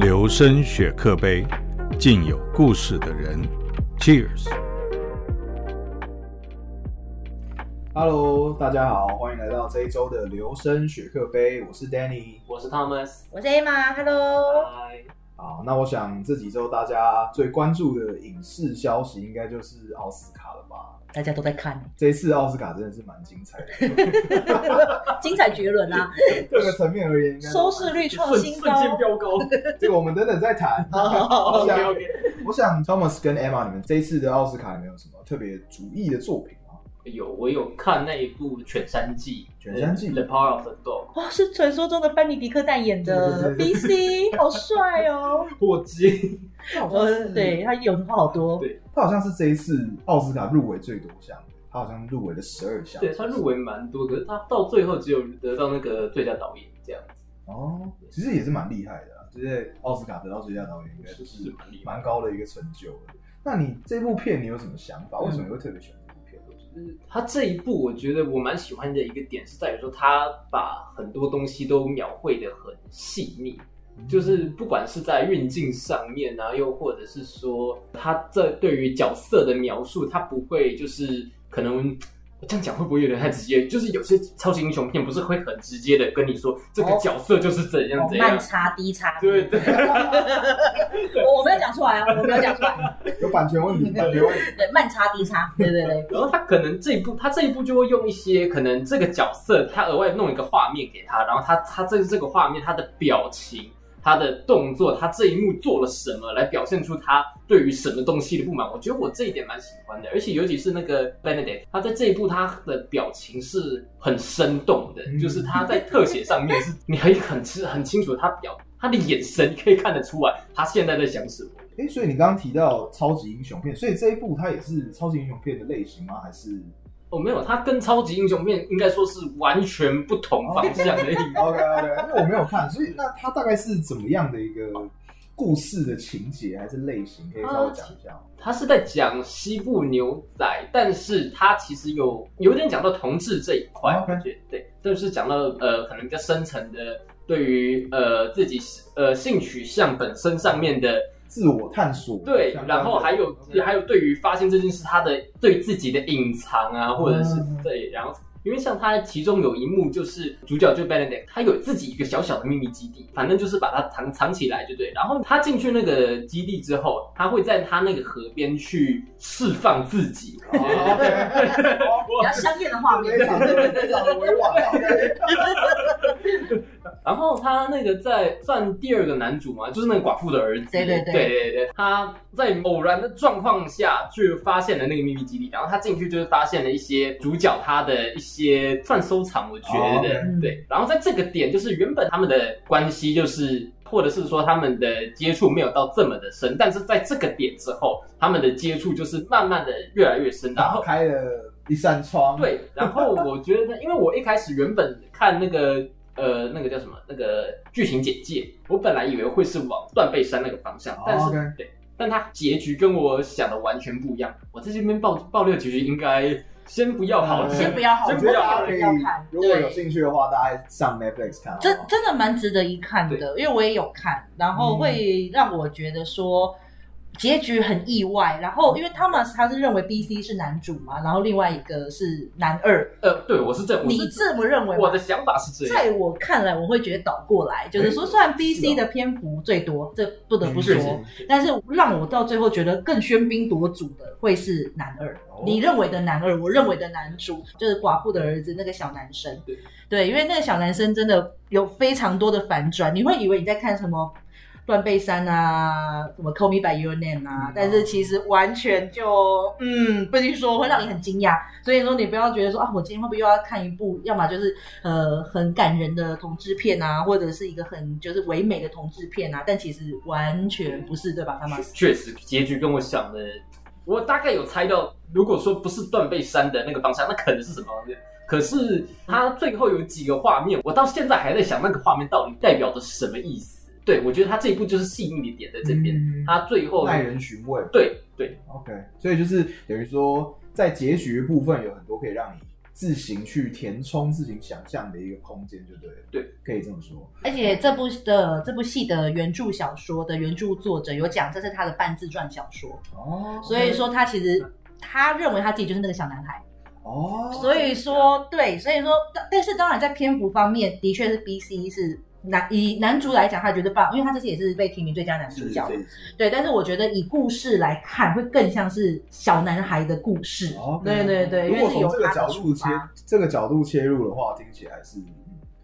求生雪克杯，敬有故事的人。Cheers！ Hello，大家好，欢迎来到这一周的留声雪克杯，我是 Danny。我是 Thomas，我是 Emma，Hello。嗨，好，那我想这几周大家最关注的影视消息，应该就是奥斯卡了吧？大家都在看，这一次奥斯卡真的是蛮精彩 的，精彩绝伦啊！各个层面而言，应该收视率。率创瞬新瞬间高。飙 高。这个我们等等再 谈。我 OK 想， OK，我想 Thomas 跟 Emma，你们这一次的奥斯卡有没有什么特别主意的作品啊？有我有看那一部《犬山记》，犬山记《The Power of the Dog 哇，哦是传说中的班尼迪克蛋演的对 BC，好帅哦！》，火鸡。他好我像是，呃对他有话好多对，他好像是这一次奥斯卡入围最多项，他好像入围了十二项。对他入围蛮多，可是他到最后只有得到那个最佳导演这样子，哦，其实也是蛮厉害的、啊，就是奥斯卡得到最佳导演，应该是是是蛮厉害蛮高的一个成就的。那你这部片你有什么想法？嗯为什么你会特别喜欢这部片？就是他这一部，我觉得我蛮喜欢的一个点是在于说，他把很多东西都描绘的很细腻，就是不管是在运镜上面啊，又或者是说他这对于角色的描述，他不会就是可能。我这样讲会不会有点太直接？就是有些超级英雄片不是会很直接的跟你说这个角色就是怎样怎样哦慢，插低插。对对，我我没有讲出来啊，我没有讲出来。 有版权 问题，版权问题。对，慢插低插，对对对，然后他可能这一部，他这一部就会用一些可能这个角色他额外弄一个画面给他，然后他他这这个画面他的表情、他的动作、他这一幕做了什么，来表现出他对于什么东西的不满。我觉得我这一点蛮喜欢的，而且尤其是那个 Benedict，他在这一部他的表情是很生动的，嗯就是他在特写上面是你可以很清很清楚他表他的眼神，你可以看得出来他现在在想什么。哎、所以你刚刚提到超级英雄片，所以这一部它也是超级英雄片的类型吗？还 是哦，没有，它跟超级英雄片应该说是完全不同方向的一个 OK OK？因为我没有看，所以哦那它大概是怎么样的一个故事的情节还是类型？可以稍微讲一下吗。他是在讲西部牛仔，但是他其实有有点讲到同志这一块，哦 OK 我觉得对，就是讲到呃，可能比较深层的对于呃自己呃性取向本身上面的自我探索对相关，的然后还有 OK 还有对于发现这件事他的对自己的隐藏啊，或者是嗯对，然后因为像他其中有一幕就是主角就 Benedict，他有自己一个小小的秘密基地，反正就是把它藏藏起来就对。然后他进去那个基地之后，他会在他那个河边去释放自己。哦，OK 比较香艳的画面。非常的非常的委婉。然后他那个在算第二个男主嘛，就是那个寡妇的儿子。对对对对对对他在偶然的状况下去发现了那个秘密基地，然后他进去就是发现了一些主角他的一些算收藏，我觉哦得、 ，OK 对。然后在这个点，就是原本他们的关系就是。或者是说他们的接触没有到这么的深，但是在这个点之后，他们的接触就是慢慢的越来越深， 然后打开了一扇窗，，对，然后我觉得，因为我一开始原本看那个呃那个叫什么那个剧情简介，我本来以为会是往断背山那个方向哦，但是、 OK 对，但它结局跟我想的完全不一样。我在这边爆爆料结局应该先不要好了，嗯先不要好，先我不觉得要大家好了啊可以要看，如果有对兴趣的话，大家上 Netflix 看好不真好。真的蛮值得一看的，因为我也有看，然嗯后会让我觉得说结局很意外。然嗯后因为 Thomas 他是认为 B C 是男主嘛，然后另外一个是男二，呃，对我是这，我你是这么认为我吗的？想法是这样。在我看来，我会觉得倒过来，就是说，虽然 B 是 C 哦的篇幅最多，这不得不嗯确说，实，但是让我到最后觉得更喧宾夺主的会是男二，哦你认为的男二，我认为的男主就是寡妇的儿子那个小男生对。对，因为那个小男生真的有非常多的反转，你会以为你在看什么《断背山》啊，什么《Call Me by Your Name》啊，嗯但是其实完全就嗯，不禁说会让你很惊讶。所以说你不要觉得说啊，我今天会不会又要看一部，要么就是呃很感人的同志片啊，或者是一个很就是唯美的同志片啊，但其实完全不是，对吧，他妈？确实结局跟我想的，我大概有猜到，如果说不是断背山的那个方向，那可能是什么方向？可是它最后有几个画面，我到现在还在想那个画面到底代表着什么意思。对，我觉得它这一部就是细腻的点在这边，嗯它最后耐人寻味。对对 OK，所以就是等于说，在结局的部分有很多可以让你自行去填充、自行想象的一个空间，就对了。对，可以这么说。而且这部的这部戏的原著小说的原著作者有讲，这是他的半自传小说，哦所以说他其实他认为他自己就是那个小男孩，哦，所以说对，所以说但但是当然在篇幅方面的确是 B C 是男以男主来讲，他觉得棒，因为他这次也是被提名最佳男主是角这，样对，但是我觉得以故事来看，会更像是小男孩的故事，哦，对对对，如因为果是从由这个他角的度出切发。，这个角度切入的话，听起来是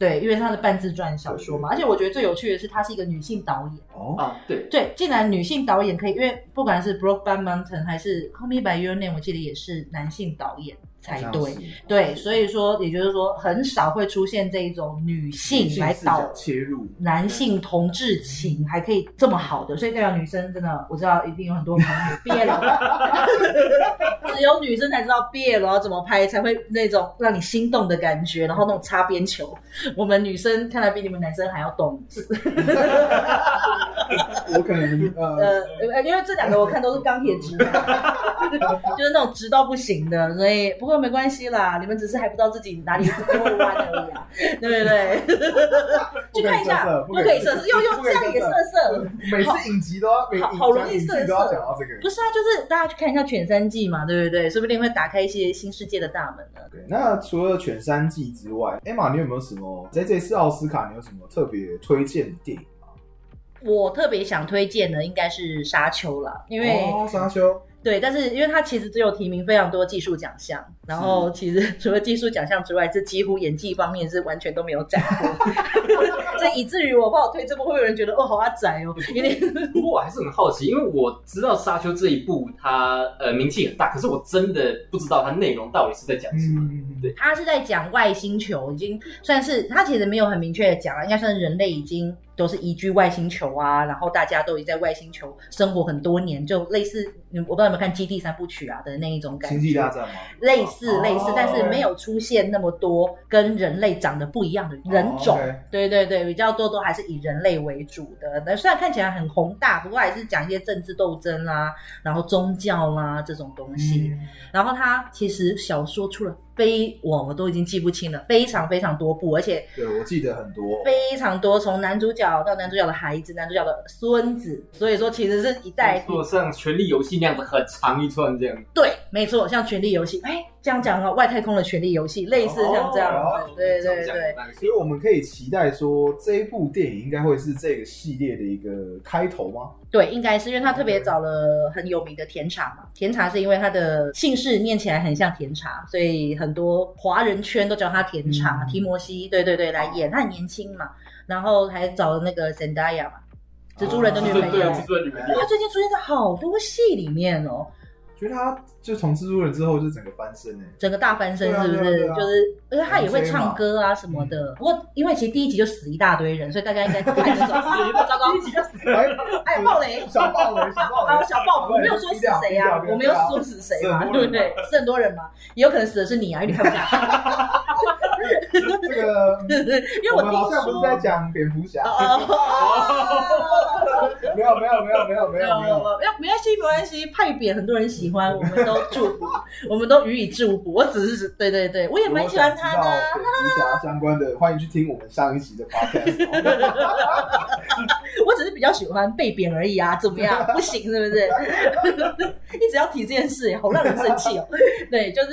对，因为它是半自传小说嘛，而且我觉得最有趣的是，她是一个女性导演。哦，啊，对，对，竟然女性导演可以，因为不管是《Brokeback Mountain》还是《Call Me by Your Name》，我记得也是男性导演才对。对，所以说，也就是说，很少会出现这一种女性来导切入，男性同志情，还可以这么好的，所以代表女生真的，我知道一定有很多朋友毕业了， 只有女生才知道毕业了要怎么拍，才会那种让你心动的感觉，然后那种擦边球，我们女生看来比你们男生还要懂。我可 能呃呃，呃因为这两个我看都是钢铁直男，就是那种直到不行的，所以不过没关系啦，你们只是还不知道自己哪里多弯而已啊，对不对？去看一下，不不可可以以色色色色，又不又可以这色色样也色色。 每次影集都要每好影好容易影集色都要色讲到这个不。是啊，就是大家去看一下犬三季嘛，对不对？说不定会打开一些新世界的大门呢。对，那除了《犬山记》之外，Emma，你有没有什么在这次奥斯卡，你有什么特别推荐的电影？我特别想推荐的应该是《沙丘》啦，因为、哦，沙丘，对，但是因为它其实只有提名非常多技术奖项，然后其实除了技术奖项之外，这几乎演技方面是完全都没有展 过，这以至于我帮我推这部，会有人觉得哦，好阿宅哦，有点不过我还是很好奇，因为我知道《沙丘》这一部它呃名气很大，可是我真的不知道它内容到底是在讲什么。嗯，对他是在讲外星球，已经算是他其实没有很明确的讲啊，应该算是人类已经都是移居外星球啊，然后大家都已经在外星球生活很多年，就类似嗯我不知道有没有看《基地三部曲》啊的那一种《感星觉，际大战》吗？类似哦类似，但是没有出现那么多跟人类长得不一样的人种。哦，OK 对对对，比较多都还是以人类为主的。那虽然看起来很宏大，不过还是讲一些政治斗争啦、然后宗教啦这种东西。嗯然后他其实小说出了非我我都已经记不清了，非常非常多部，而且对，我记得很多。非常多，从男主角到男主角的孩子、男主角的孙子，所以说其实是一代做像《权力游戏》那样子很长一串这样。对，没错，像《权力游戏》哎，这样讲啊，外太空的《权力游戏》类似像这样子，哦对对这对样。讲所以我们可以期待说，这一部电影应该会是这个系列的一个开头吗？对，应该是因为他特别找了很有名的甜茶嘛，甜茶是因为他的姓氏念起来很像甜茶，所以很多华人圈都叫他甜茶、嗯提摩西，对对对，来演，他很年轻嘛，然后还找了那个 Zendaya 嘛，蜘蛛人的女哦对朋对友。啊，蜘蛛人女朋 友他最近出现在好多戏里面哦，觉得他就从蜘蛛人之后就整个翻身哎、整个大翻身对啊是不是？对啊对啊就是，而且他也会唱歌啊什么嗯的。不过因为其实第一集就死一大堆人，所以大家应该看的时 候， 糟糕，欸，哎，爆雷，小爆雷，小爆啊，雷，小爆，我没有说是谁啊，我没有说是谁嘛，对不对？是很多人嘛，也有可能死的是你啊，因为你看不到，这个， 因为我我们听好像不是说。在讲蝙蝠侠，哦，没有没有没有没有没没有有没没有，有，没关系没关系，派别很多人喜欢，我们都祝福，我们都予以祝福。我只是对对对，我也蛮喜欢他如果的想啊知道。蝙蝠侠相关的，欢迎去听我们上一集的 podcast 哦。我只是比较喜欢被贬而已啊，怎么样？不行是不是？ 一直要提这件事，好让人生气哦。 对，就是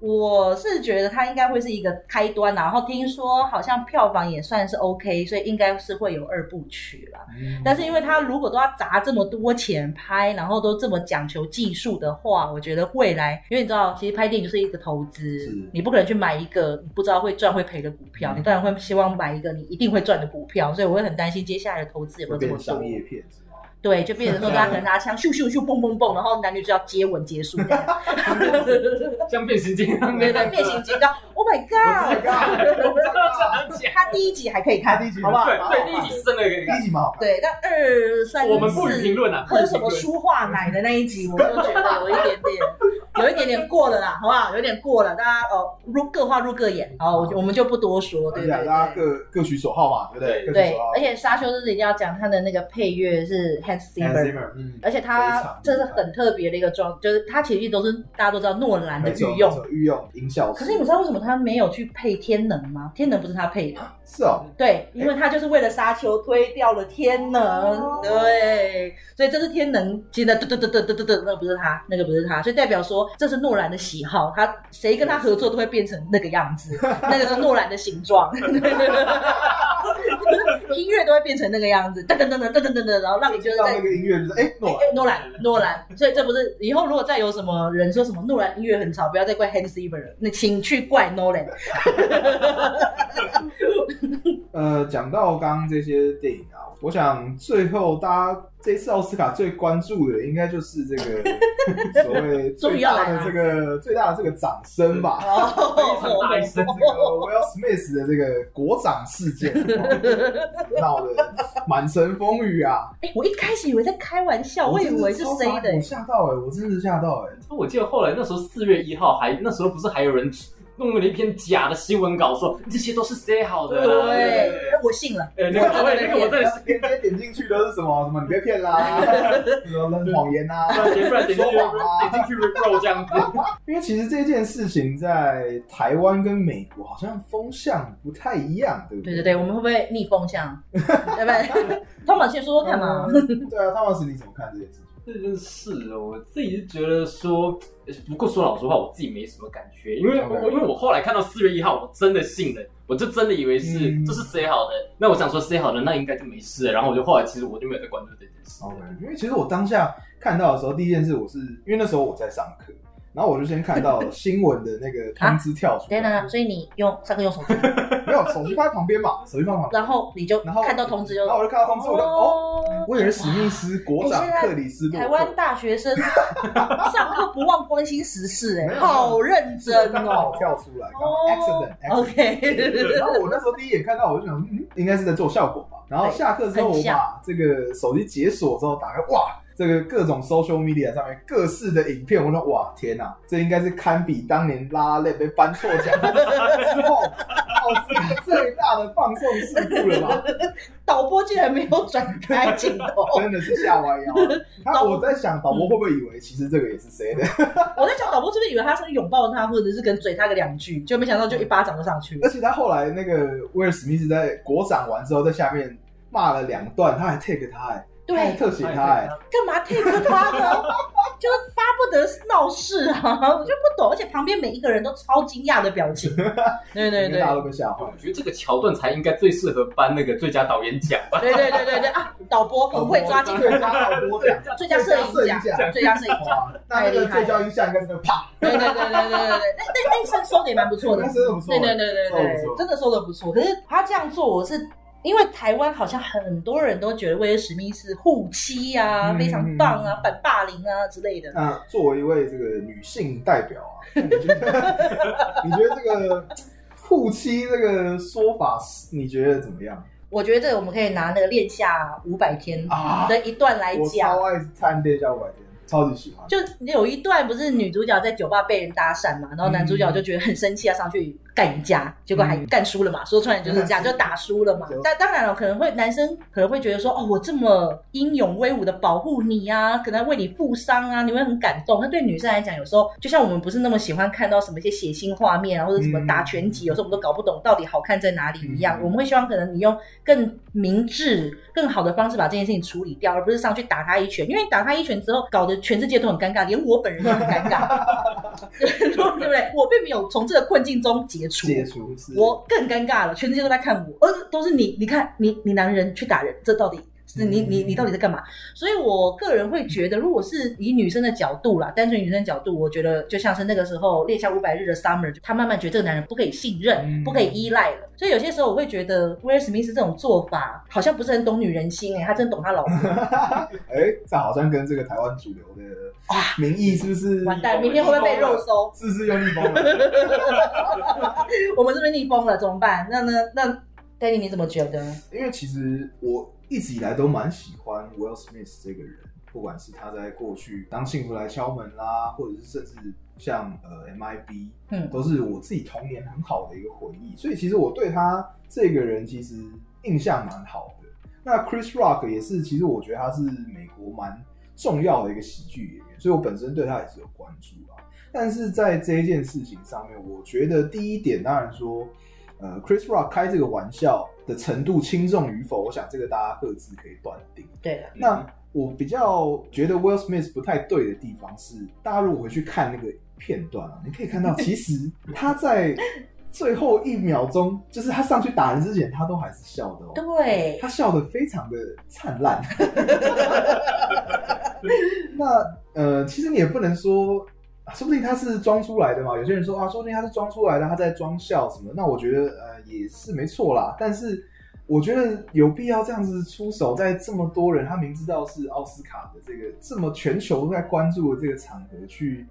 我是觉得它应该会是一个开端啊，然后听说好像票房也算是 OK，所以应该是会有二部曲啦。但是因为他如果都要砸这么多钱拍，然后都这么讲求技术的话，我觉得未来，因为你知道，其实拍电影就是一个投资是，你不可能去买一个你不知道会赚会赔的股票，嗯你当然会希望买一个你一定会赚的股票，所以我会很担心接下来的投资有会没有这变么成商多。业片是吗？对，就变成说大家可能拿枪咻咻咻蹦蹦蹦，然后男女就要接吻结束这样子，像变形金刚对那对，样变形金刚，Oh my 我 God！知道，我知道，他第一集还可以看第一，集好不好？对对，第一集是真的可以看第一集蛮好看，对，但二三我们不予四评论啊，不 喝予什评么 论。舒化奶的那一集，我就觉得有一点点 有一点点过了啦，好不好？有点过了，大家哦入各花入各眼，好，我就我们就不多说，而对不且对？啊大家对各各取所好嘛，对不对？各取啊对所好，。而且沙丘就是一定要讲它的那个配乐是 Hans Hans Zimmer， Zimmer，嗯，而且非它常这是很特别的一个装，就是它其实都是大家都知道诺兰的没错御用没。错御用音效师。可是你们知道为什么他没有去配天能吗？天能不是他配的，是哦，对，因为他就是为了沙丘推掉了天哦能，对，所以这是天能，其实那嘚嘚嘚嘚嘚嘚嘚，那不是他，那个不是他，所以代表说这是诺兰的喜好，他谁跟他合作都会变成那个样子，那个是诺兰的形状，音乐都会变成那个样子，噔噔噔噔噔噔噔噔，然后让你就是到在那个音乐就是哎，诺哎诺兰，诺兰，所以这不是以后如果再有什么人说什么诺兰音乐很吵，不要再怪 Hans Zimmer，了那请去怪 Nolan。呃，讲到刚刚这些电影啊，我想最后大家这次奥斯卡最关注的，应该就是这 个所谓终于最要大来了的这个最大的这个掌声吧。哦，大一声这个 Will Smith 的这个国掌事 件，闹得满城风雨啊！哎，我一开始以为在开玩笑，我以真的为是超谁傻的欸我。吓到哎、我真的吓到哎、我记得后来那时候四月一号还那时候不是还有人弄了一篇假的新闻稿说这些都是塞好的啦，对，我信了。哎，那个我也那个 我真的点点哎点进去都是什么什么你被骗啦， 什么谎言啊，是，不然点进去说谎啊点进去 repro 这样子，因为其实这件事情在台湾跟美国好像风向不太一样，对不对对对对，我们会不会逆风向？对不对？汤马先说说看嘛。 嗯对啊，汤老师你怎么看这件事情？这件事哦，我自己是觉得说，呃不过说老实话，我自己没什么感觉，因为我 OK 因为我后来看到四月一号，我真的信了，我就真的以为是、嗯这是 say 好的，那我想说 say 好的，那应该就没事了，然后我就后来其实我就没有再关注这件事。 OK，因为其实我当下看到的时候，第一件事我是因为那时候我在上课，然后我就先看 到新闻的那个通知跳出啊对来，呢，所以你用上课用手机，没有手机放在旁边嘛，手机放旁边，然后你就然后看到通知就然后我就看到通知，我就哦，哦我以为史密斯国长哎现在克里斯洛克台湾大学生上课不忘关心时事，没哎，有好认真刚好哦。跳出来，刚好哦 accident accident。 OK，然后我那时候第一眼看到，我就想，嗯，应该是在做效果吧。然后下课之后，对我很像把这个手机解锁之后，打开，哇，这个各种 social media 上面各式的影片，我说，哇，天哪、这应该是堪比当年拉拉链被颁错奖之后奥斯卡最大的放送事故了吧？导播竟然没有转开镜头，真的是吓歪腰了。他 导我在想，导播会不会以为其实这个也是谁的？ 我在想导播这边以为他是拥抱他，或者是跟嘴他个两句，就没想到就一巴掌就上去了而。且他后来那个威尔史密斯在国掌完之后，在下面骂了两段，他还 take 他、欸，对他还特写他、欸，干嘛 take 他呢？ 就是巴不得闹事啊！我就不懂，而且旁边每一个人都超惊讶的表 情。对对因对为大家都被吓坏我。觉得这个桥段才应该最适合颁那个最佳导演奖吧。对对对对对啊！导哦播很会抓镜头，最佳导播奖，最佳摄影最佳摄影奖，最佳摄影奖。哇，那那个最佳音效应该是那个啪，对对对对对对对，那那那算收的也蛮不错的那。真的不错，对对对对收得不对，错真的收的不错。可是他这样做，我是因为台湾好像很多人都觉得威尔史密斯护妻啊，嗯非常棒啊，反霸凌啊之类的。那作为一位这个女性代表 啊，你觉得你觉得这个护妻这个说法是，你觉得怎么样我觉得这个我们可以拿那个恋下五百天啊？的一段来我讲超。爱看《恋家五百天》，超级喜欢。就有一段不是女主角在酒吧被人搭讪嘛，然后男主嗯角就觉得很生气，要上去干人家，结果还干输了嘛。说穿了就是这 样，就打输了嘛就。但当然了，可能会男生可能会觉得说，哦，我这么英勇威武的保护你啊，可能为你负伤啊，你会很感动。那对女生来讲，有时候就像我们不是那么喜欢看到什么一些血腥画面啊，或者什么打拳击，有时候我们都搞不懂到底好看在哪里一样。嗯我们会希望可能你用更明智、更好的方式把这件事情处理掉，而不是上去打他一拳。因为打他一拳之后，搞得全世界都很尴尬，连我本人都很尴尬，对不对？我并没有从这个困境中解除。解除是我更尴尬了，全世界都在看我，呃，都是你，你看你，你男人去打人，这到底是你，你，你到底在干嘛？所以我个人会觉得，如果是以女生的角度啦，单纯女生的角度，我觉得就像是那个时候《恋下五百日》的 Summer，她慢慢觉得这个男人不可以信任，嗯不可以依赖了。所以有些时候我会觉得威尔史密斯这种做法好像不是很懂女人心哎、他真懂他老婆。哎、这好像跟这个台湾主流的哇民意是不是完蛋，明天会不会被肉搜？是不是又逆风了？我们是不是逆风了？怎么办？那那那。Danny，你怎么觉得？因为其实我一直以来都蛮喜欢 Will Smith 这个人，不管是他在过去当幸福来敲门啦，或者是甚至像呃 MIB，嗯都是我自己童年很好的一个回忆，所以其实我对他这个人其实印象蛮好的。那 Chris Rock 也是，其实我觉得他是美国蛮重要的一个喜剧演员，所以我本身对他也是有关注啊。但是在这一件事情上面，我觉得第一点当然说，呃，Chris Rock 开这个玩笑的程度轻重与否，我想这个大家各自可以断定。对嗯了，那我比较觉得 Will Smith 不太对的地方是，大家如果回去看那个片段啊，你可以看到，其实他在最后一秒钟，就是他上去打人之前，他都还是笑的哦，对他，笑得非常的灿烂。 那呃，其实你也不能说。啊说不定他是装出来的嘛？有些人说啊，说不定他是装出来的，他在装笑什么？那我觉得呃也是没错啦。但是我觉得有必要这样子出手，在这么多人他明知道是奥斯卡的这个这么全球都在关注的这个场合去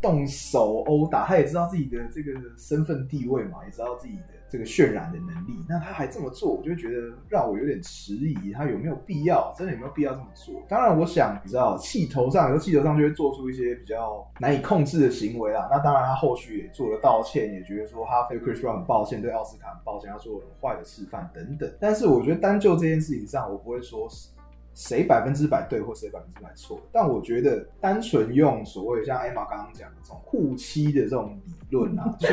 动手殴打，他也知道自己的这个身份地位嘛，也知道自己的这个渲染的能力，那他还这么做，我就觉得让我有点迟疑，他有没有必要，真的有没有必要这么做？当然，我想你知道气头上，有时候气头上就会做出一些比较难以控制的行为啦。那当然，他后续也做了道歉，也觉得说他对 Chris Rock 很抱歉，对奥斯卡很抱歉，他做了很坏的示范等等。但是我觉得单就这件事情上，我不会说是谁百分之百对或谁百分之百错，但我觉得单纯用所谓像 Emma 刚刚讲的这种护妻的这种理论 啊，去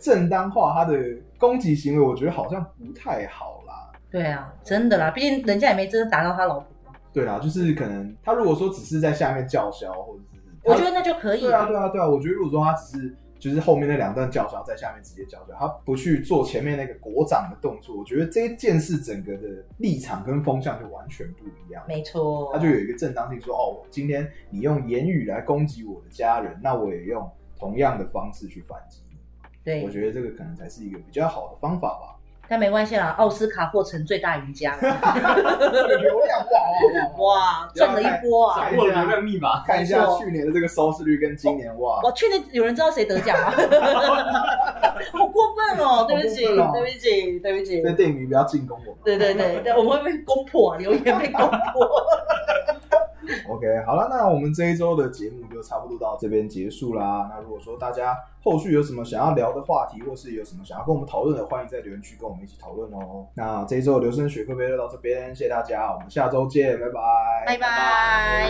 正当化他的攻击行为，我觉得好像不太好啦。对啊，真的啦，毕竟人家也没真的打到他老婆，对啦，就是可能他如果说只是在下面叫嚣，或者是我觉得那就可以对啊，了。对啊，对啊，我觉得如果说他只是就是后面那两段叫嚣在下面直接叫嚣，他不去做前面那个国掌的动作，我觉得这一件事整个的立场跟风向就完全不一样。没错，他就有一个正当性说，哦，今天你用言语来攻击我的家人，那我也用同样的方式去反击你。对我，觉得这个可能才是一个比较好的方法吧。但没关系啦，奥斯卡获成最大赢家，流量哇哇 哇！哇，赚了一波啊对！掌握了流量密码， 看一下没错去年的这个收视率跟今年哇，我去年有人知道谁得 奖吗？好过分哦！对不起，好过分哦对不起，对不起这。电影迷不要进攻我们。对对对，对我们会被攻破，啊留言被攻 破。 OK，好了，那我们这一周的节目就差不多到这边结束啦。那如果说大家后续有什么想要聊的话题，或是有什么想要跟我们讨论的，欢迎在留言区跟我们一起讨论哦。那这一周的留声学科杯就到这边，谢谢大家，我们下周见，拜拜，拜拜。